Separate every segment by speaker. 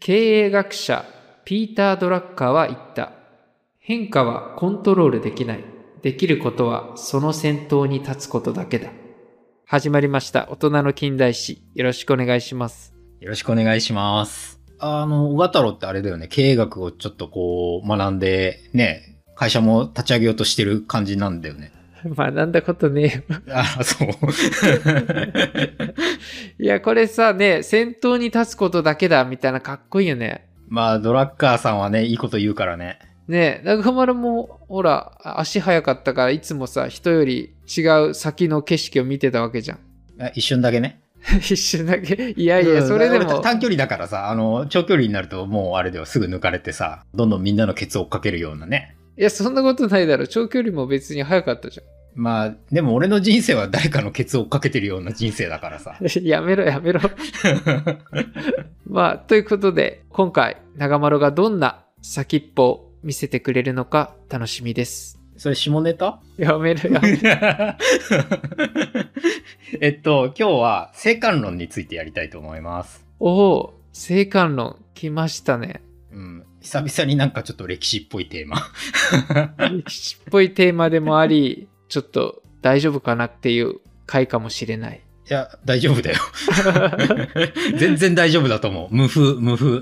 Speaker 1: 経営学者ピーター・ドラッカーは言った。変化はコントロールできない。できることはその先頭に立つことだけだ。始まりました。大人の近代史。よろしくお願いします。
Speaker 2: よろしくお願いします。あの、小型郎ってあれだよね。経営学をちょっとこう学んで、ね、会社も立ち上げようとしてる感じなんだよね。
Speaker 1: 学んだことね
Speaker 2: えよ。 あ、そう。
Speaker 1: いや、これさ、ね、先頭に立つことだけだ、みたいなかっこいいよね。
Speaker 2: まあ、ドラッカーさんはね、いいこと言うからね。
Speaker 1: ねえ、中丸も、ほら、足早かったから、いつもさ、人より違う先の景色を見てたわけじゃん。
Speaker 2: 一瞬だけね。
Speaker 1: 一瞬だけ。いやいや、それでも。
Speaker 2: 短距離だからさ、あの、長距離になると、もうあれだよ、すぐ抜かれてさ、どんどんみんなのケツを追っかけるようなね。
Speaker 1: いや、そんなことないだろ。長距離も別に早かったじゃん。
Speaker 2: まあ、でも俺の人生は誰かのケツを追っかけてるような人生だから さ。
Speaker 1: やめろやめろまあ、ということで、今回、長丸がどんな先っぽを見せてくれるのか楽しみです。
Speaker 2: それ下ネタ
Speaker 1: やめるや める。
Speaker 2: えっと、今日は生還論についてやりたいと思います。
Speaker 1: おお、生還論、来ましたね。
Speaker 2: うん、久々になんかちょっと歴史っぽいテーマ
Speaker 1: 歴史っぽいテーマでもあり、ちょっと大丈夫かなっていう回かもしれない。
Speaker 2: いや、大丈夫だよ。 全然大丈夫だと思う。無風、無風。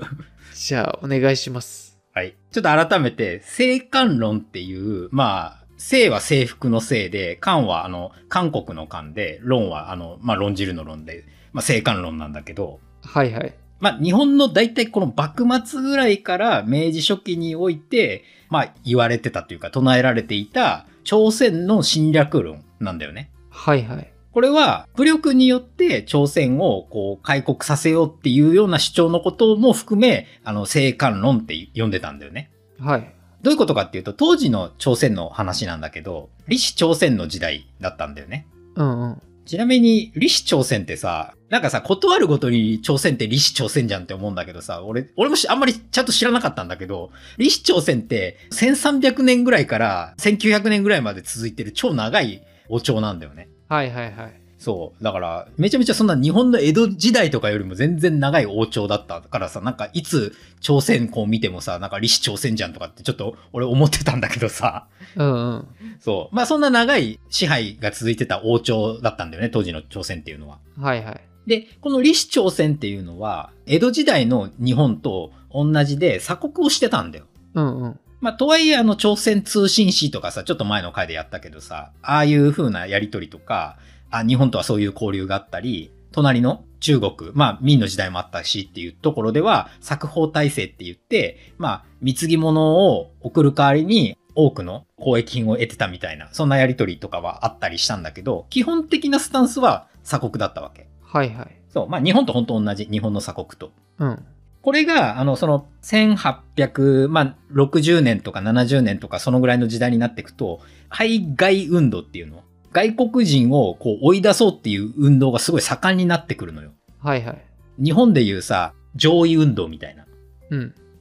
Speaker 1: じゃあ、お願いします。
Speaker 2: はい。ちょっと改めて、生還論っていう、まあ、生は制服のせいで、韓はあの、韓国の韓で、論はあの、まあ、論じるの論で、まあ、生還論なんだけど。
Speaker 1: はいはい。
Speaker 2: まあ、日本の大体この幕末ぐらいから明治初期において、まあ、言われてたというか唱えられていた朝鮮の侵略論なんだよね。
Speaker 1: はいはい。
Speaker 2: これは武力によって朝鮮をこう開国させようっていうような主張のことも含め、あの、生還論って呼んでたんだよね。
Speaker 1: はい。
Speaker 2: どういうことかっていうと、当時の朝鮮の話なんだけど、李氏朝鮮の時代だったんだよね。
Speaker 1: うんうん。
Speaker 2: ちなみに、李氏朝鮮ってさ、なんかさ、断るごとに朝鮮って李氏朝鮮じゃんって思うんだけどさ、俺、俺もあんまりちゃんと知らなかったんだけど、李氏朝鮮って1300年ぐらいから1900年ぐらいまで続いてる超長い王朝なんだよね。
Speaker 1: はいはいはい。
Speaker 2: そう。だから、めちゃめちゃそんな日本の江戸時代とかよりも全然長い王朝だったからさ、なんかいつ朝鮮こう見てもさ、なんか李氏朝鮮じゃんとかってちょっと俺思ってたんだけどさ。
Speaker 1: うんうん。
Speaker 2: そう。まあそんな長い支配が続いてた王朝だったんだよね、当時の朝鮮っていうのは。
Speaker 1: はいはい。
Speaker 2: で、この李氏朝鮮っていうのは、江戸時代の日本と同じで鎖国をしてたんだよ。
Speaker 1: うんうん。
Speaker 2: まあ、とはいえ、あの、朝鮮通信使とかさ、ちょっと前の回でやったけどさ、ああいう風なやりとりとか、あ、日本とはそういう交流があったり、隣の中国、まあ、明の時代もあったしっていうところでは、作法体制って言って、まあ、貢ぎ物を送る代わりに、多くの交易品を得てたみたいな、そんなやりとりとかはあったりしたんだけど、基本的なスタンスは鎖国だったわけ。
Speaker 1: はいはい。
Speaker 2: そう、まあ、日本と本当同じ、日本の鎖国と。
Speaker 1: うん。
Speaker 2: これが、あの、その、1860、まあ、年とか70年とか、そのぐらいの時代になっていくと、排外運動っていうの外国人をこう追い出そうっていう運動がすごい盛んになってくるのよ。
Speaker 1: はいはい。
Speaker 2: 日本でいうさ、上位運動みたいな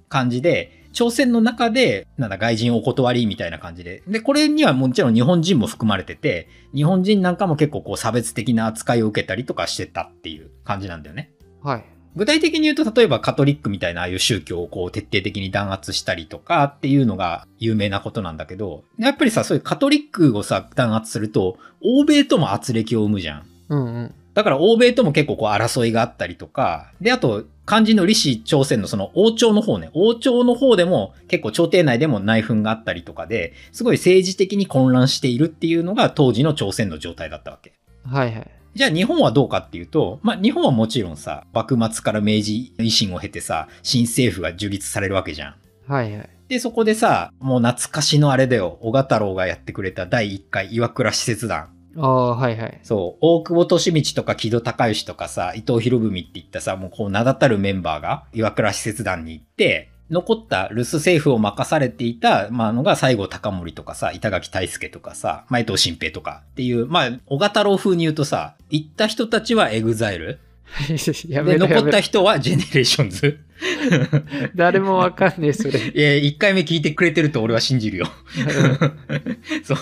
Speaker 2: 感じで、、
Speaker 1: うん
Speaker 2: 朝鮮の中で、なんだ、外人お断りみたいな感じで。で、これにはもちろん日本人も含まれてて、日本人なんかも結構こう差別的な扱いを受けたりとかしてたっていう感じなんだよね。
Speaker 1: はい。
Speaker 2: 具体的に言うと、例えばカトリックみたいなああいう宗教をこう徹底的に弾圧したりとかっていうのが有名なことなんだけど、やっぱりさ、そういうカトリックをさ、弾圧すると、欧米とも圧力を生むじゃん。
Speaker 1: うんうん。
Speaker 2: だから欧米とも結構こう争いがあったりとか、で、あと、漢字の李氏朝鮮のその王朝の方ね、王朝の方でも結構朝廷内でも内紛があったりとかで、すごい政治的に混乱しているっていうのが当時の朝鮮の状態だったわけ。
Speaker 1: はいはい。
Speaker 2: じゃあ日本はどうかっていうと、まあ日本はもちろんさ、幕末から明治維新を経てさ、新政府が樹立されるわけじゃ
Speaker 1: ん。はいはい。
Speaker 2: で、そこでさ、もう懐かしのあれだよ、小太郎がやってくれた第1回岩倉使節団。
Speaker 1: ああ、はいはい。
Speaker 2: そう、大久保利通とか木戸孝允とかさ、伊藤博文っていったさ、もうこう名だたるメンバーが岩倉使節団に行って、残った留守政府を任されていた、まあ、のが西郷隆盛とかさ、板垣大輔とかさ、前藤新平とかっていう、まあ、小型郎風に言うとさ、行った人たちはエグザイル。で、残った人はジェネレーションズ。
Speaker 1: 誰もわかんねえ、それ。
Speaker 2: いや、1回目聞いてくれてると俺は信じるよ。 そう。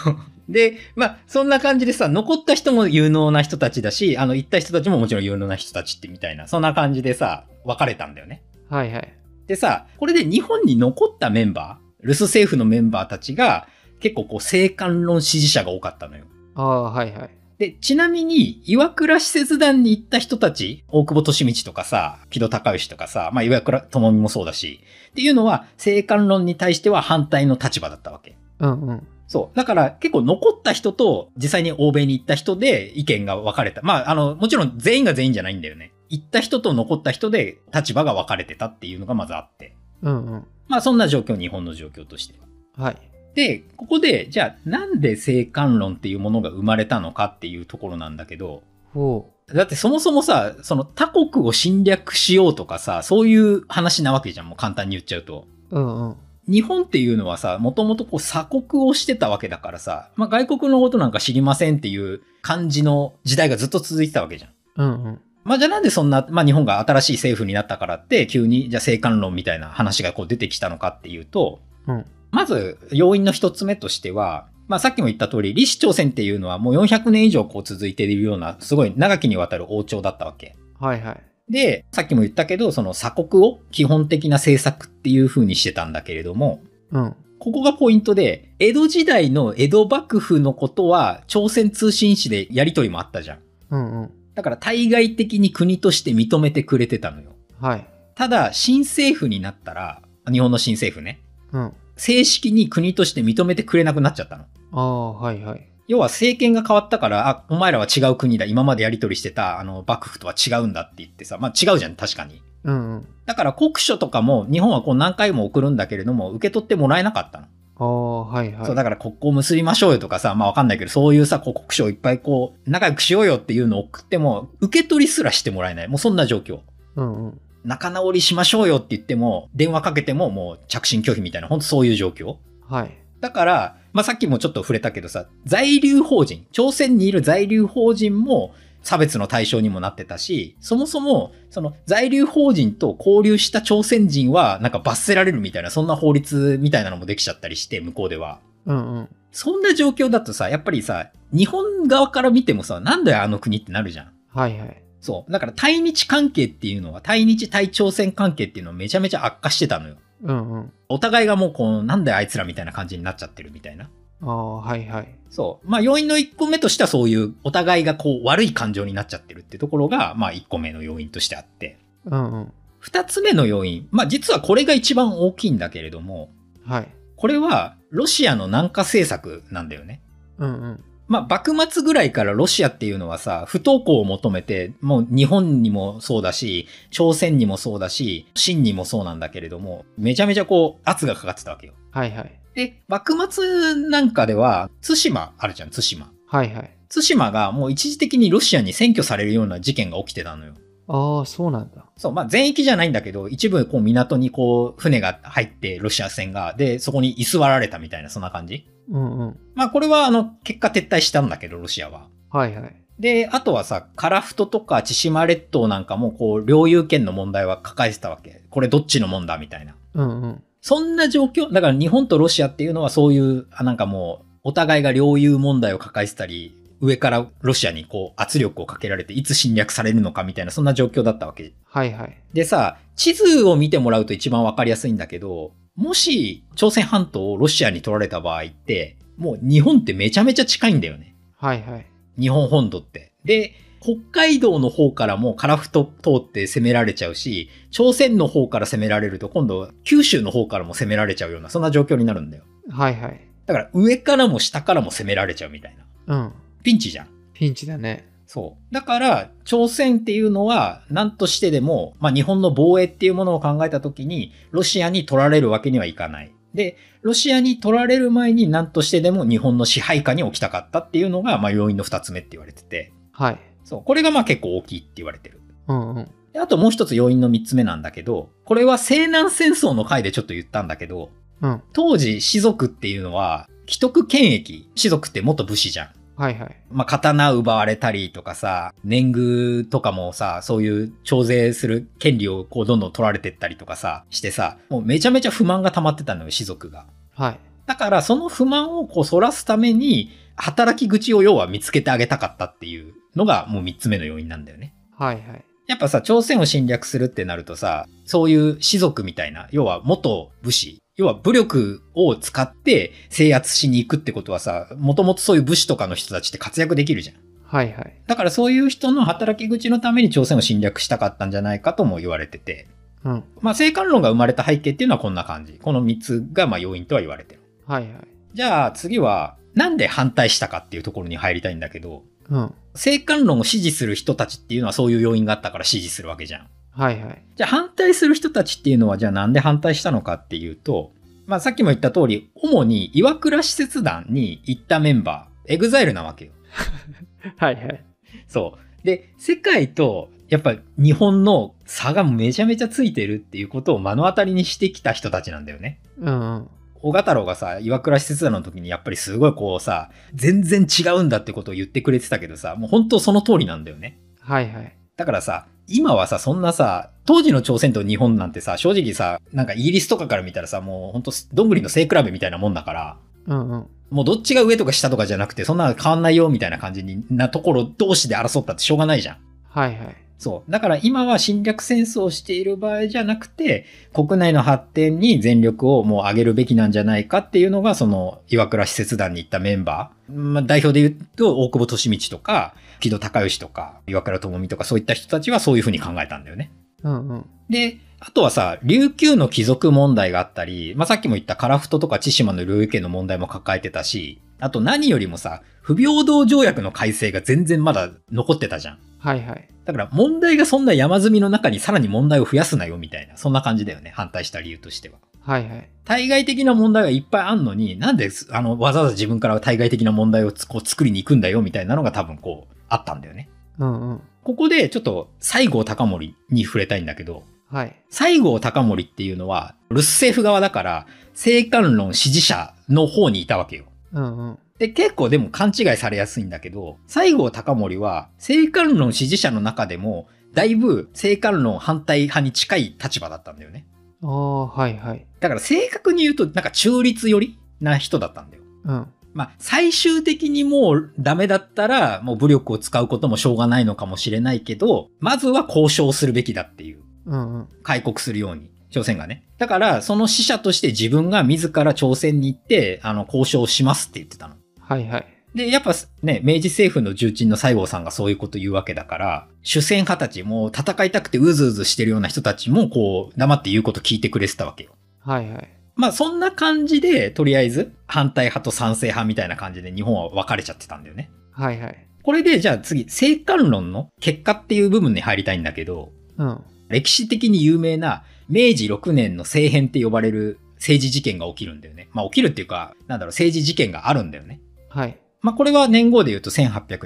Speaker 2: で、まあ、そんな感じでさ、残った人も有能な人たちだし、あの、行った人たちももちろん有能な人たちってみたいな、そんな感じでさ、分かれたんだよね。
Speaker 1: はいはい。
Speaker 2: でさ、これで日本に残ったメンバー、留守政府のメンバーたちが、結構こう、政官論支持者が多かったのよ。
Speaker 1: ああ、はいはい。
Speaker 2: で、ちなみに、岩倉使節団に行った人たち、大久保利通とかさ、木戸孝允とかさ、まあ岩倉智美もそうだし、っていうのは、政官論に対しては反対の立場だったわけ。
Speaker 1: うんうん。
Speaker 2: そう。だから結構残った人と実際に欧米に行った人で意見が分かれた。まあ、あの、もちろん全員が全員じゃないんだよね。行った人と残った人で立場が分かれてたっていうのがまずあって。
Speaker 1: うんうん。
Speaker 2: まあそんな状況、日本の状況として。
Speaker 1: はい。
Speaker 2: で、ここで、じゃあなんで政官論っていうものが生まれたのかっていうところなんだけど、
Speaker 1: ほ
Speaker 2: だってそもそもさ、その他国を侵略しようとかさ、そういう話なわけじゃん、もう簡単に言っちゃうと。
Speaker 1: う。うんうん。
Speaker 2: 日本っていうのはさ、もともとこう鎖国をしてたわけだからさ、まあ、外国のことなんか知りませんっていう感じの時代がずっと続いてたわけじゃん。
Speaker 1: うんうん。
Speaker 2: まあ、じゃあなんでそんな、まあ、日本が新しい政府になったからって、急に、じゃあ政官論みたいな話がこう出てきたのかっていうと、
Speaker 1: うん
Speaker 2: まず、要因の一つ目としては、まあ、さっきも言った通り、李氏朝鮮っていうのはもう400年以上こう続いているような、すごい長きにわたる王朝だったわけ。
Speaker 1: はいはい。
Speaker 2: で、さっきも言ったけど、その鎖国を基本的な政策っていう風にしてたんだけれども、
Speaker 1: うん。
Speaker 2: ここがポイントで、江戸時代の江戸幕府のことは、朝鮮通信使でやりとりもあったじゃん。
Speaker 1: うんうん。
Speaker 2: だから対外的に国として認めてくれてたのよ。
Speaker 1: はい。
Speaker 2: ただ、新政府になったら、日本の新政府ね、
Speaker 1: うん。あ
Speaker 2: 正式に国として認めてくれなくなっちゃったの。
Speaker 1: あ、はいはい。
Speaker 2: 要は政権が変わったから、あ、お前らは違う国だ、今までやりとりしてた、あの、幕府とは違うんだって言ってさ、まあ違うじゃん、確かに。
Speaker 1: うんうん。
Speaker 2: だから国書とかも、日本はこう何回も送るんだけれども、受け取ってもらえなかったの。
Speaker 1: ああ、はいはい。
Speaker 2: そう、だから国交結びましょうよとかさ、まあわかんないけど、そういうさ、こう国書をいっぱいこう、仲良くしようよっていうのを送っても、受け取りすらしてもらえない。もうそんな状況。
Speaker 1: うんうん。
Speaker 2: 仲直りしましょうよって言っても、電話かけてももう着信拒否みたいな、ほんとそういう状況。
Speaker 1: はい。
Speaker 2: だから、まあさっきもちょっと触れたけどさ、在留邦人、朝鮮にいる在留邦人も差別の対象にもなってたし、そもそも、その在留邦人と交流した朝鮮人は、なんか罰せられるみたいな、そんな法律みたいなのもできちゃったりして、向こうでは。
Speaker 1: うんうん。
Speaker 2: そんな状況だとさ、やっぱりさ、日本側から見てもさ、なんだよあの国ってなるじゃん。
Speaker 1: はいはい。
Speaker 2: そう。だから対日関係っていうのは、対日対朝鮮関係っていうのはめちゃめちゃ悪化してたのよ。
Speaker 1: うんうん。
Speaker 2: お互いがもうこう、なんだよあいつらみたいな感じになっちゃってるみたいな。
Speaker 1: ああ、はいはい。
Speaker 2: そう。まあ要因の1個目としてはそういう、お互いがこう、悪い感情になっちゃってるってところが、まあ1個目の要因としてあって。
Speaker 1: うんうん。
Speaker 2: 2つ目の要因。まあ実はこれが一番大きいんだけれども、
Speaker 1: はい。
Speaker 2: これはロシアの南下政策なんだよね。
Speaker 1: うんうん。
Speaker 2: まあ、幕末ぐらいからロシアっていうのはさ、不登校を求めて、もう日本にもそうだし、朝鮮にもそうだし、清にもそうなんだけれども、めちゃめちゃこう、圧がかかってたわけよ。
Speaker 1: はいはい。
Speaker 2: で、幕末なんかでは、対馬あるじゃん、対馬。
Speaker 1: はいはい。
Speaker 2: 対馬がもう一時的にロシアに占拠されるような事件が起きてたのよ。
Speaker 1: ああ、そうなんだ。
Speaker 2: そう、まあ、全域じゃないんだけど、一部こう港にこう、船が入って、ロシア船が、で、そこに居座られたみたいな、そんな感じ。
Speaker 1: うんうん。
Speaker 2: まあ、これはあの、結果撤退したんだけど、ロシアは。
Speaker 1: はいはい。
Speaker 2: で、あとはさ、カラフトとか千島列島なんかも、こう、領有権の問題は抱えてたわけ。これどっちのもんだみたいな。
Speaker 1: うんうん。
Speaker 2: そんな状況、だから日本とロシアっていうのはそういう、あなんかもう、お互いが領有問題を抱えてたり、上からロシアにこう圧力をかけられて、いつ侵略されるのかみたいな、そんな状況だったわけ。
Speaker 1: はいはい。
Speaker 2: でさ、地図を見てもらうと一番わかりやすいんだけど、もし朝鮮半島をロシアに取られた場合って、もう日本ってめちゃめちゃ近いんだよね。
Speaker 1: はいはい。
Speaker 2: 日本本土って。で、北海道の方からもカラフト通って攻められちゃうし、朝鮮の方から攻められると今度九州の方からも攻められちゃうような、そんな状況になるんだよ。
Speaker 1: はいはい。
Speaker 2: だから上からも下からも攻められちゃうみたいな。
Speaker 1: うん。
Speaker 2: ピンチじゃん。
Speaker 1: ピンチだね。
Speaker 2: そう。だから、朝鮮っていうのは、何としてでも、まあ日本の防衛っていうものを考えたときに、ロシアに取られるわけにはいかない。で、ロシアに取られる前に何としてでも日本の支配下に置きたかったっていうのが、まあ要因の二つ目って言われてて。
Speaker 1: はい。
Speaker 2: そう。これがまあ結構大きいって言われてる。
Speaker 1: うんうん。
Speaker 2: であともう一つ要因の三つ目なんだけど、これは西南戦争の回でちょっと言ったんだけど、
Speaker 1: うん。
Speaker 2: 当時、士族っていうのは、既得権益。士族って元武士じゃん。
Speaker 1: はいはい。
Speaker 2: まあ、刀奪われたりとかさ、年貢とかもさ、そういう徴税する権利をこうどんどん取られてったりとかさ、してさ、もうめちゃめちゃ不満が溜まってたのよ、士族が。
Speaker 1: はい。
Speaker 2: だから、その不満をこう反らすために、働き口を要は見つけてあげたかったっていうのが、もう三つ目の要因なんだよね。
Speaker 1: はいはい。
Speaker 2: やっぱさ、朝鮮を侵略するってなるとさ、そういう士族みたいな、要は元武士、要は武力を使って制圧しに行くってことはさ、もともとそういう武士とかの人たちって活躍できるじゃん。
Speaker 1: はいはい。
Speaker 2: だからそういう人の働き口のために朝鮮を侵略したかったんじゃないかとも言われてて、
Speaker 1: うん。はい
Speaker 2: まあ、生還論が生まれた背景っていうのはこんな感じ。この3つがまあ要因とは言われてる。
Speaker 1: はい。
Speaker 2: じゃあ次は、なんで反対したかっていうところに入りたいんだけど、
Speaker 1: うん。はい
Speaker 2: 生還論を支持する人たちっていうのはそういう要因があったから支持するわけじゃん。
Speaker 1: はい。
Speaker 2: じゃあ反対する人たちっていうのはじゃあなんで反対したのかっていうと、まあさっきも言った通り、主に岩倉使節団に行ったメンバー、エグザイルなわけよ。
Speaker 1: はいはい。
Speaker 2: そう。で、世界とやっぱ日本の差がめちゃめちゃついてるっていうことを目の当たりにしてきた人たちなんだよね。
Speaker 1: うんうん。
Speaker 2: 小太郎がさ、岩倉使節団の時にやっぱりすごいこうさ、全然違うんだってことを言ってくれてたけどさ、もう本当その通りなんだよね。
Speaker 1: はいはい。
Speaker 2: だからさ、今はさ、そんなさ、当時の朝鮮と日本なんてさ、正直さ、なんかイギリスとかから見たらさ、もうほんとどんぐりの背比べみたいなもんだから、
Speaker 1: うんうん。
Speaker 2: もうどっちが上とか下とかじゃなくて、そんな変わんないよみたいな感じになところ同士で争ったってしょうがないじゃん。
Speaker 1: はいはい。
Speaker 2: そう。だから今は侵略戦争をしている場合じゃなくて、国内の発展に全力をもう上げるべきなんじゃないかっていうのが、その岩倉使節団に行ったメンバー。まあ、代表で言うと、大久保利通とか、木戸孝允とか、岩倉智美とか、そういった人たちはそういうふうに考えたんだよね。
Speaker 1: うんうん。
Speaker 2: で、あとはさ、琉球の貴族問題があったり、まあ、さっきも言った樺太とか千島の領有権の問題も抱えてたし、あと何よりもさ、不平等条約の改正が全然まだ残ってたじゃん。
Speaker 1: はいはい。
Speaker 2: だから問題がそんな山積みの中にさらに問題を増やすなよみたいな、そんな感じだよね、反対した理由としては。
Speaker 1: はいはい。
Speaker 2: 対外的な問題がいっぱいあんのに、なんで、あの、わざわざ自分から対外的な問題をつこう作りに行くんだよみたいなのが多分こう、あったんだよね。
Speaker 1: うんうん。
Speaker 2: ここでちょっと西郷隆盛に触れたいんだけど、
Speaker 1: はい。
Speaker 2: 西郷隆盛っていうのは、留守政府側だから、政官論支持者の方にいたわけよ。
Speaker 1: うんうん。
Speaker 2: で、結構でも勘違いされやすいんだけど、西郷隆盛は、政官論支持者の中でも、だいぶ政官論反対派に近い立場だったんだよね。
Speaker 1: ああ、はいはい。
Speaker 2: だから正確に言うと、なんか中立寄りな人だったんだよ。
Speaker 1: うん。
Speaker 2: まあ、最終的にもうダメだったら、もう武力を使うこともしょうがないのかもしれないけど、まずは交渉するべきだっていう
Speaker 1: うんうん。
Speaker 2: 開国するように、朝鮮がね。だから、その死者として自分が自ら朝鮮に行って、あの、交渉しますって言ってたの。
Speaker 1: はいはい。
Speaker 2: で、やっぱね、明治政府の重鎮の西郷さんがそういうこと言うわけだから、主戦派たちも戦いたくてうずうずしてるような人たちも、こう、黙って言うこと聞いてくれてたわけよ。
Speaker 1: はいはい。
Speaker 2: まあ、そんな感じで、とりあえず、反対派と賛成派みたいな感じで日本は分かれちゃってたんだよね。
Speaker 1: はいはい。
Speaker 2: これで、じゃあ次、政官論の結果っていう部分に入りたいんだけど、
Speaker 1: うん。
Speaker 2: 歴史的に有名な明治6年の政変って呼ばれる政治事件が起きるんだよね。まあ起きるっていうか、なんだろう、政治事件があるんだよね。
Speaker 1: はい。
Speaker 2: まあこれは年号で言うと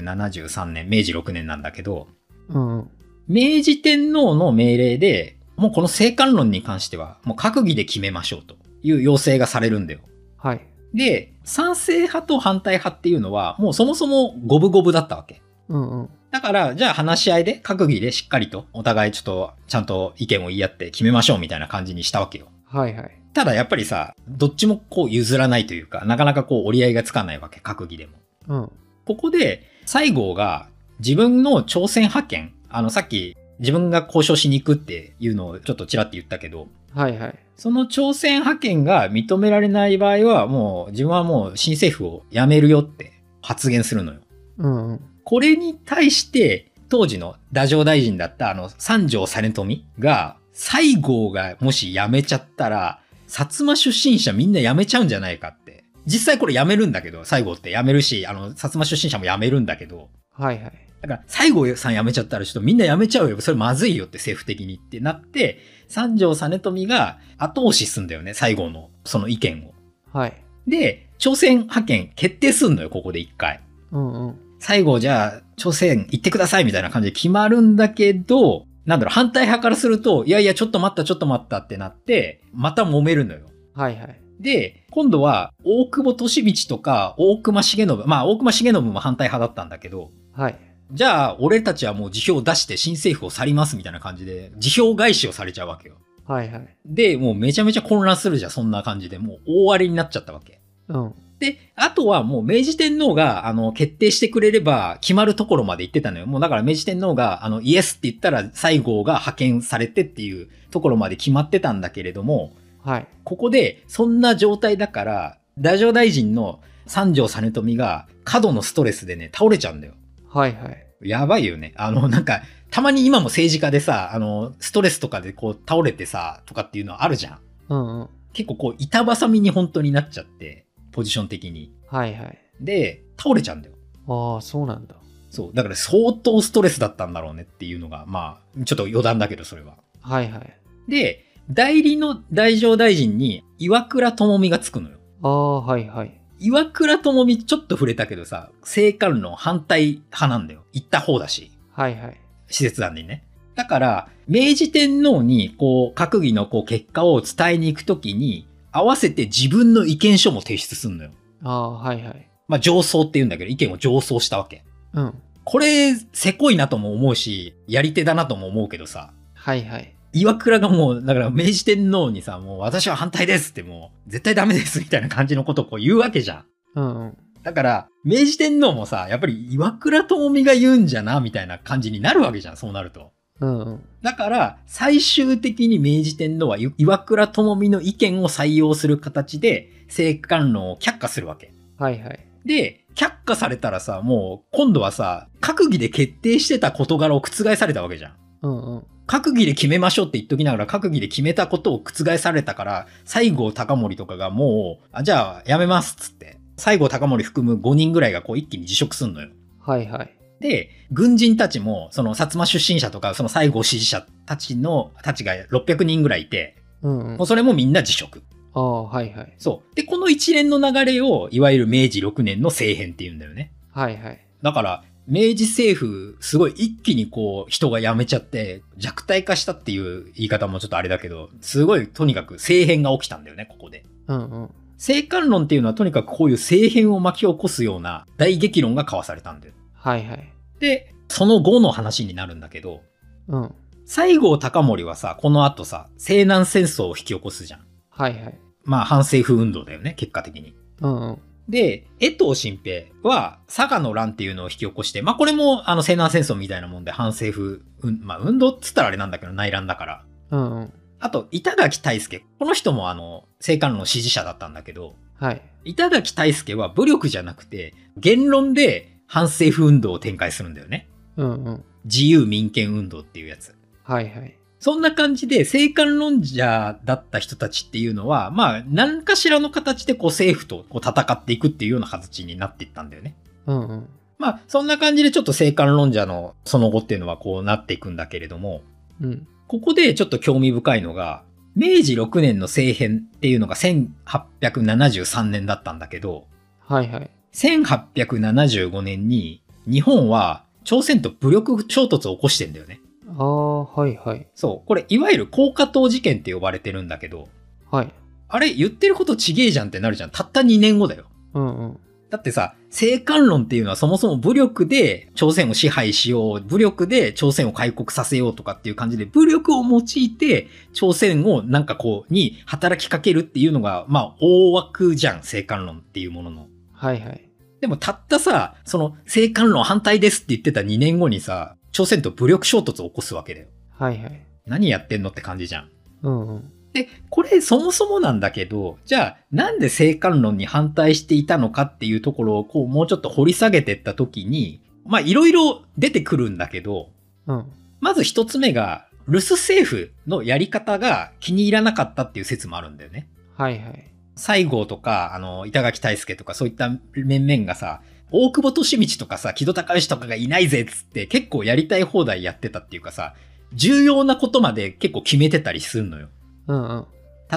Speaker 2: 1873年、明治6年なんだけど、
Speaker 1: うんうん。
Speaker 2: 明治天皇の命令で、もうこの政官論に関しては、もう閣議で決めましょうという要請がされるんだよ。
Speaker 1: はい。
Speaker 2: で、賛成派と反対派っていうのは、もうそもそも五分五分だったわけ。
Speaker 1: うんうん。
Speaker 2: だから、じゃあ話し合いで、閣議でしっかりと、お互いちょっと、ちゃんと意見を言い合って決めましょうみたいな感じにしたわけよ。
Speaker 1: はいはい。
Speaker 2: ただやっぱりさ、どっちもこう譲らないというか、なかなかこう折り合いがつかないわけ、閣議でも。
Speaker 1: うん。
Speaker 2: ここで、西郷が自分の朝鮮派遣、あのさっき自分が交渉しに行くっていうのをちょっとちらって言ったけど、
Speaker 1: はいはい。
Speaker 2: その朝鮮派遣が認められない場合は、もう自分はもう新政府を辞めるよって発言するのよ。
Speaker 1: うんうん。
Speaker 2: これに対して、当時の太政大臣だったあの三条実富が、西郷がもし辞めちゃったら、薩摩出身者みんな辞めちゃうんじゃないかって。実際これ辞めるんだけど、西郷って辞めるし、あの、薩摩出身者も辞めるんだけど、
Speaker 1: はいはい。
Speaker 2: だから西郷さん辞めちゃったらちょっとみんな辞めちゃうよ。それまずいよって政府的にってなって、三条実富が後押しすんだよね、西郷のその意見を。
Speaker 1: はい。
Speaker 2: で、朝鮮派遣決定すんのよ、ここで一回。
Speaker 1: うんうん。
Speaker 2: 最後じゃあ、朝鮮行ってくださいみたいな感じで決まるんだけど、なんだろう、反対派からすると、いやいや、ちょっと待った、ちょっと待ったってなって、また揉めるのよ。
Speaker 1: はいはい。
Speaker 2: で、今度は、大久保利通とか、大隈重信、まあ、大隈重信も反対派だったんだけど、
Speaker 1: はい。
Speaker 2: じゃあ、俺たちはもう辞表を出して新政府を去りますみたいな感じで、辞表返しをされちゃうわけよ。
Speaker 1: はいはい。
Speaker 2: で、もうめちゃめちゃ混乱するじゃん、そんな感じで。もう大荒れになっちゃったわけ。
Speaker 1: うん。
Speaker 2: で、あとはもう明治天皇が、あの、決定してくれれば決まるところまで行ってたのよ。もうだから明治天皇が、あの、イエスって言ったら西郷が派遣されてっていうところまで決まってたんだけれども、
Speaker 1: はい。
Speaker 2: ここで、そんな状態だから、太政大臣の三条実富が過度のストレスでね、倒れちゃうんだよ。
Speaker 1: はいはい。
Speaker 2: やばいよね。あの、 なんか、たまに今も政治家でさ、あの、ストレスとかでこう倒れてさ、とかっていうのはあるじゃん。
Speaker 1: うんうん。
Speaker 2: 結構こう、板挟みに本当になっちゃって、ポジション的に。
Speaker 1: はいはい。
Speaker 2: で、倒れちゃうんだよ。
Speaker 1: ああ、そうなんだ。
Speaker 2: そう。だから相当ストレスだったんだろうねっていうのが、まあ、ちょっと余談だけど、それは。
Speaker 1: はいはい。
Speaker 2: で、代理の大政大臣に、岩倉智美がつくのよ。
Speaker 1: ああ、はいはい。
Speaker 2: 岩倉智美ちょっと触れたけどさ、政官論反対派なんだよ。行った方だし、
Speaker 1: はいはい。
Speaker 2: 施設団にね。だから、明治天皇に、こう、閣議のこう結果を伝えに行くときに、合わせて自分の意見書も提出すんのよ。
Speaker 1: ああ、はいはい。
Speaker 2: まあ、上層って言うんだけど、意見を上層したわけ。
Speaker 1: うん。
Speaker 2: これ、せこいなとも思うし、やり手だなとも思うけどさ、
Speaker 1: はいはい。
Speaker 2: 岩倉がもう、だから明治天皇にさ、もう私は反対ですってもう、絶対ダメですみたいな感じのことをこう言うわけじゃん。
Speaker 1: うんうん。
Speaker 2: だから、明治天皇もさ、やっぱり岩倉智美が言うんじゃな、みたいな感じになるわけじゃん、そうなると。
Speaker 1: うんうん。
Speaker 2: だから、最終的に明治天皇は岩倉智美の意見を採用する形で、政官論を却下するわけ。
Speaker 1: はいはい。
Speaker 2: で、却下されたらさ、もう、今度はさ、閣議で決定してた事柄を覆されたわけじゃん。
Speaker 1: うんうん。
Speaker 2: 閣議で決めましょうって言っときながら、閣議で決めたことを覆されたから、西郷隆盛とかがもう、あ、じゃあ、やめますっつって。西郷隆盛含む5人ぐらいがこう一気に辞職すんのよ。
Speaker 1: はいはい。
Speaker 2: で、軍人たちも、その薩摩出身者とか、その西郷支持者たちの、たちが600人ぐらいいて、
Speaker 1: うんうん。
Speaker 2: もう
Speaker 1: あ
Speaker 2: それもみんな辞職。
Speaker 1: あ、はいはい。
Speaker 2: そう。で、この一連の流れを、いわゆる明治6年の政変って言うんだよね。
Speaker 1: はいはい。
Speaker 2: だから、明治政府、すごい一気にこう、人が辞めちゃって、弱体化したっていう言い方もちょっとあれだけど、すごい、とにかく政変が起きたんだよね、ここで。
Speaker 1: うんうん。
Speaker 2: 政官論っていうのはとにかくこういう政変を巻き起こすような大激論が交わされたんだよ。
Speaker 1: はいはい。
Speaker 2: で、その後の話になるんだけど、
Speaker 1: うん。
Speaker 2: 西郷隆盛はさ、この後さ、西南戦争を引き起こすじゃん。
Speaker 1: はいはい。
Speaker 2: まあ、反政府運動だよね、結果的に。
Speaker 1: うんうん。
Speaker 2: で、江藤新平は、佐賀の乱っていうのを引き起こして、まあこれも、あの、西南戦争みたいなもんで、反政府、うん、まあ運動っつったらあれなんだけど、内乱だから。
Speaker 1: うんうん。
Speaker 2: あと、板垣大助。この人も、あの、政官の支持者だったんだけど、
Speaker 1: はい。
Speaker 2: 板垣大助は武力じゃなくて、言論で反政府運動を展開するんだよね。
Speaker 1: うんうん。
Speaker 2: 自由民権運動っていうやつ。
Speaker 1: はいはい。
Speaker 2: そんな感じで、政官論者だった人たちっていうのは、まあ、何かしらの形でこう政府とこう戦っていくっていうような形になっていったんだよね。
Speaker 1: うんうん。
Speaker 2: まあ、そんな感じでちょっと政官論者のその後っていうのはこうなっていくんだけれども、
Speaker 1: うん。
Speaker 2: ここでちょっと興味深いのが、明治6年の政変っていうのが1873年だったんだけど、
Speaker 1: はいはい。
Speaker 2: 1875年に日本は朝鮮と武力衝突を起こしてんだよね。
Speaker 1: ああ、はいはい。
Speaker 2: そう。これ、いわゆる高架島事件って呼ばれてるんだけど、
Speaker 1: はい。
Speaker 2: あれ、言ってることちげえじゃんってなるじゃん。たった2年後だよ。
Speaker 1: うんうん。
Speaker 2: だってさ、政官論っていうのはそもそも武力で朝鮮を支配しよう、武力で朝鮮を開国させようとかっていう感じで、武力を用いて朝鮮をなんかこう、に働きかけるっていうのが、まあ、大枠じゃん、政官論っていうものの。
Speaker 1: はいはい。
Speaker 2: でもたったさ、その政官論反対ですって言ってた2年後にさ、朝鮮と武力衝突を起こすわけだよ。
Speaker 1: はいはい。
Speaker 2: 何やってんのって感じじゃん。
Speaker 1: うんうん。
Speaker 2: で、これそもそもなんだけど、じゃあなんで政官論に反対していたのかっていうところをこうもうちょっと掘り下げてった時に、まあいろいろ出てくるんだけど、
Speaker 1: うん。
Speaker 2: まず一つ目が、留守政府のやり方が気に入らなかったっていう説もあるんだよね。
Speaker 1: はいはい。
Speaker 2: 西郷とか、あの、板垣大助とかそういった面々がさ、大久保利道とかさ、木戸孝允とかがいないぜっつって結構やりたい放題やってたっていうかさ、重要なことまで結構決めてたりするのよ。
Speaker 1: うんうん。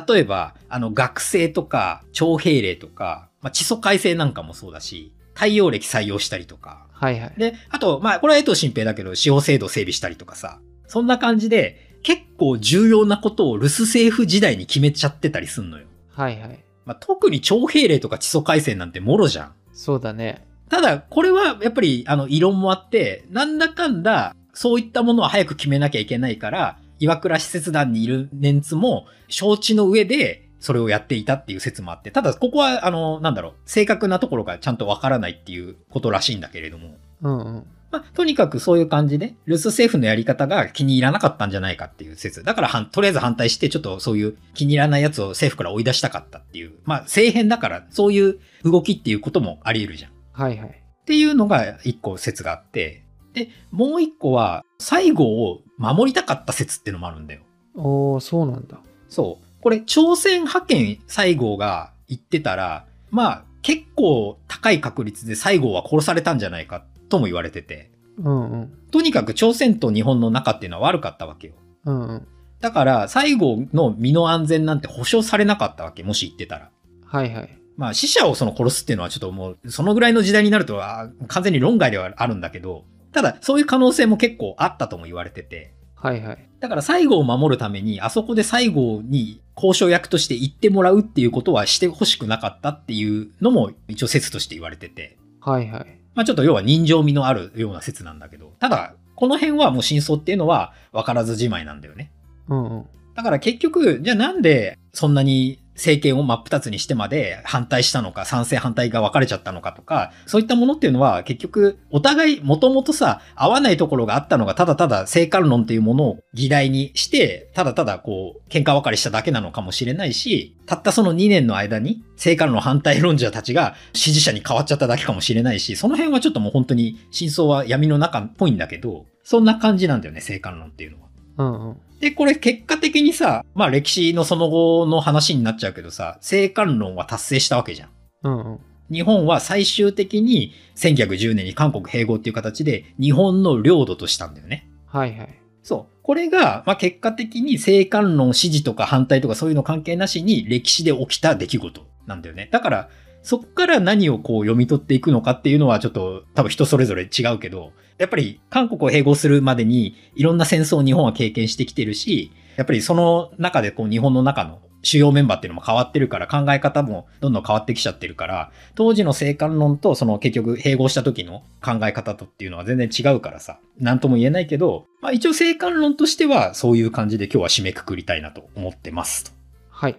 Speaker 2: 例えば、あの、学生とか、徴兵令とか、まあ、地租改正なんかもそうだし、太陽暦採用したりとか。
Speaker 1: はいはい。
Speaker 2: で、あと、まあ、これは江藤新平だけど、司法制度整備したりとかさ。そんな感じで、結構重要なことを留守政府時代に決めちゃってたりすんのよ。
Speaker 1: はいはい。
Speaker 2: まあ、特に徴兵令とか地租改正なんてもろじゃん。
Speaker 1: そうだね。
Speaker 2: ただ、これはやっぱり、あの、異論もあって、なんだかんだ、そういったものは早く決めなきゃいけないから、岩倉使節団にいるメンツも承知の上で、それをやっていたっていう説もあって、ただここは、あの、なんだろう、正確なところがちゃんとわからないっていうことらしいんだけれども、
Speaker 1: うんうん。
Speaker 2: まあ、とにかくそういう感じで、ルス政府のやり方が気に入らなかったんじゃないかっていう説。だからはん、とりあえず反対して、ちょっとそういう気に入らないやつを政府から追い出したかったっていう、まあ、政変だから、そういう動きっていうこともあり得るじゃん。
Speaker 1: はいはい。
Speaker 2: っていうのが一個説があって、で、もう一個は、西郷を守りたかった説っていうのもあるんだよ。
Speaker 1: おおそうなんだ。
Speaker 2: そう。これ、朝鮮派遣西郷が言ってたら、まあ、結構高い確率で西郷は殺されたんじゃないかとも言われてて、
Speaker 1: うんうん。
Speaker 2: とにかく朝鮮と日本の仲っていうのは悪かったわけよ。
Speaker 1: うんうん。
Speaker 2: だから、西郷の身の安全なんて保証されなかったわけ、もし言ってたら。
Speaker 1: はいはい。
Speaker 2: まあ、死者をその殺すっていうのはちょっともう、そのぐらいの時代になるとは、完全に論外ではあるんだけど、ただ、そういう可能性も結構あったとも言われてて、
Speaker 1: はいはい。
Speaker 2: だから西郷を守るために、あそこで西郷に交渉役として行ってもらうっていうことはしてほしくなかったっていうのも一応説として言われてて。
Speaker 1: はいはい。
Speaker 2: まあちょっと要は人情味のあるような説なんだけど、ただ、この辺はもう真相っていうのは分からずじまいなんだよね。
Speaker 1: うんうん。
Speaker 2: だから結局、じゃあなんでそんなに政権を真っ二つにしてまで反対したのか、賛成反対が分かれちゃったのかとか、そういったものっていうのは結局、お互いもともとさ、合わないところがあったのが、ただただ政官論というものを議題にして、ただただこう、喧嘩別れしただけなのかもしれないし、たったその2年の間に政官論反対論者たちが支持者に変わっちゃっただけかもしれないし、その辺はちょっともう本当に真相は闇の中っぽいんだけど、そんな感じなんだよね、政官論っていうのは。
Speaker 1: うんうん。
Speaker 2: で、これ結果的にさ、まあ歴史のその後の話になっちゃうけどさ、生還論は達成したわけじゃん。
Speaker 1: うんうん。
Speaker 2: 日本は最終的に1910年に韓国併合っていう形で日本の領土としたんだよね。
Speaker 1: はいはい。
Speaker 2: そう。これが、まあ結果的に生還論支持とか反対とかそういうの関係なしに歴史で起きた出来事なんだよね。だから、そこから何をこう読み取っていくのかっていうのはちょっと多分人それぞれ違うけど、やっぱり韓国を併合するまでにいろんな戦争を日本は経験してきてるし、やっぱりその中でこう日本の中の主要メンバーっていうのも変わってるから考え方もどんどん変わってきちゃってるから、当時の生還論とその結局併合した時の考え方とっていうのは全然違うからさ、なんとも言えないけど、まあ一応生還論としてはそういう感じで今日は締めくくりたいなと思ってますと。
Speaker 1: はい。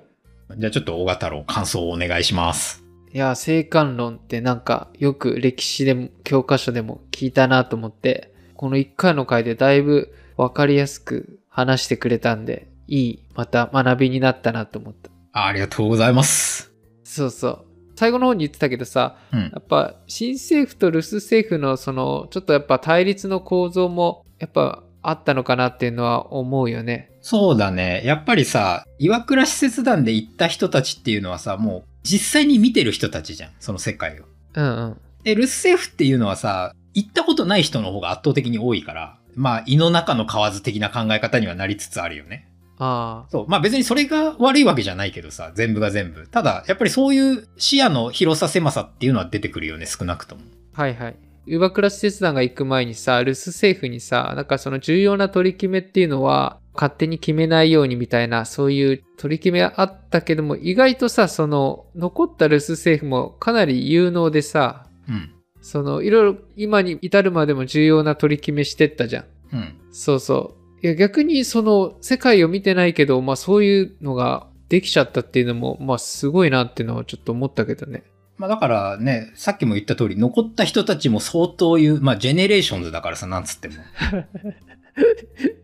Speaker 2: じゃあちょっと大型太郎感想をお願いします。
Speaker 1: いや、生還論ってなんかよく歴史でも教科書でも聞いたなと思って、この1回の回でだいぶわかりやすく話してくれたんで、いい、また学びになったなと思った。
Speaker 2: ありがとうございます。
Speaker 1: そうそう。最後の方に言ってたけどさ、
Speaker 2: うん。
Speaker 1: やっぱ新政府と留守政府のそのちょっとやっぱ対立の構造もやっぱあったのかなっていうのは思うよね。
Speaker 2: そうだね。やっぱりさ、岩倉使節団で行った人たちっていうのはさ、もう実際に見てる人たちじゃん。その世界を。
Speaker 1: うんうん。
Speaker 2: で、ルス政府っていうのはさ、行ったことない人の方が圧倒的に多いから、まあ、胃の中の蛙的な考え方にはなりつつあるよね。
Speaker 1: ああ。
Speaker 2: そう。まあ別にそれが悪いわけじゃないけどさ、全部が全部。ただ、やっぱりそういう視野の広さ狭さっていうのは出てくるよね、少なくとも。
Speaker 1: はいはい。岩倉使節団が行く前にさ、留守政府にさ、なんかその重要な取り決めっていうのは勝手に決めないようにみたいな、そういう取り決めあったけども、意外とさ、その残った留守政府もかなり有能でさ、
Speaker 2: うん。
Speaker 1: そのいろいろ今に至るまでも重要な取り決めしてったじゃん。
Speaker 2: うん。
Speaker 1: そうそう。いや逆にその世界を見てないけど、まあそういうのができちゃったっていうのも、まあすごいなっていうのはちょっと思ったけどね。
Speaker 2: まあだからね、さっきも言った通り、残った人たちも相当いう、まあジェネレーションズだからさ、なんつっても。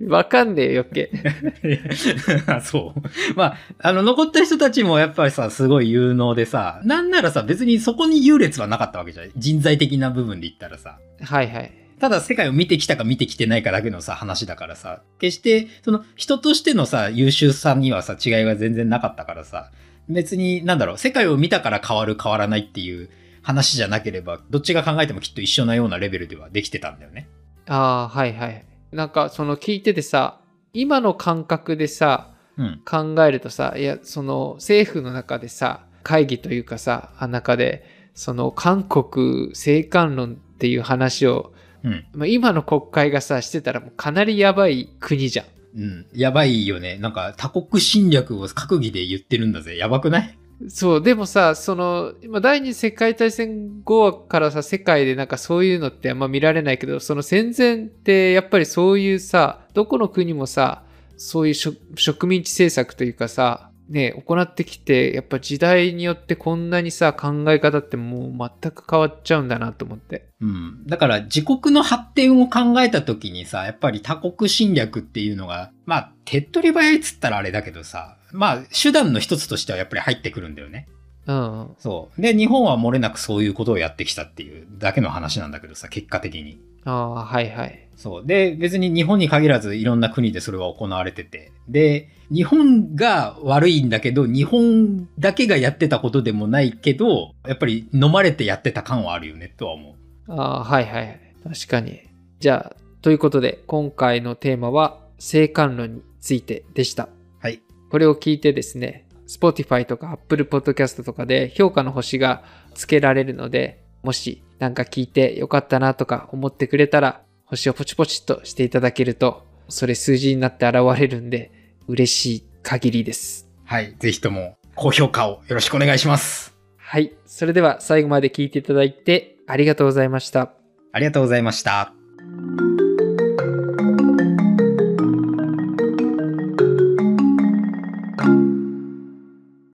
Speaker 1: わかんねえよ、余計。
Speaker 2: あ そう。まあ、あの、残った人たちもやっぱりさ、すごい有能でさ、なんならさ、別にそこに優劣はなかったわけじゃない人材的な部分で言ったらさ。
Speaker 1: はいはい。
Speaker 2: ただ世界を見てきたか見てきてないかだけのさ、話だからさ、決して、その、人としてのさ、優秀さにはさ、違いは全然なかったからさ、別に、なんだろう、世界を見たから変わる変わらないっていう話じゃなければ、どっちが考えてもきっと一緒なようなレベルではできてたんだよね。
Speaker 1: ああ、はいはい。なんかその聞いててさ、今の感覚でさ、
Speaker 2: うん。
Speaker 1: 考えるとさ、いや、その政府の中でさ、会議というかさ、あ中で、その韓国政官論っていう話を、
Speaker 2: うん。
Speaker 1: まあ、今の国会がさ、してたらもうかなりやばい国じゃん。
Speaker 2: うん。やばいよね。なんか、他国侵略を閣議で言ってるんだぜ。やばくない
Speaker 1: そう、でもさ、その、今、第二次世界大戦後からさ、世界でなんかそういうのってあんま見られないけど、その戦前ってやっぱりそういうさ、どこの国もさ、そういう植植民地政策というかさ、ね、行ってきて、やっぱ時代によってこんなにさ、考え方ってもう全く変わっちゃうんだなと思って。
Speaker 2: うん。だから自国の発展を考えた時にさ、やっぱり他国侵略っていうのが、まあ、手っ取り早いっつったらあれだけどさ、まあ、手段の一つとしてはやっぱり入ってくるんだよね。
Speaker 1: うんうん。
Speaker 2: そう。で、日本は漏れなくそういうことをやってきたっていうだけの話なんだけどさ、結果的に。
Speaker 1: ああ、はいはい。
Speaker 2: そう。で、別に日本に限らずいろんな国でそれは行われてて。で、日本が悪いんだけど、日本だけがやってたことでもないけど、やっぱり飲まれてやってた感はあるよね、とは思う。
Speaker 1: ああ、はいはい。確かに。じゃあ、ということで、今回のテーマは、性観論についてでした。
Speaker 2: はい。
Speaker 1: これを聞いてですね、Spotify とか Apple Podcast とかで評価の星がつけられるので、もしなんか聞いてよかったなとか思ってくれたら、星をポチポチっとしていただけると、それ数字になって現れるんで、嬉しい限りです。
Speaker 2: はい。ぜひとも、高評価をよろしくお願いします。
Speaker 1: はい。それでは最後まで聞いていただいてありがとうございました。
Speaker 2: ありがとうございました。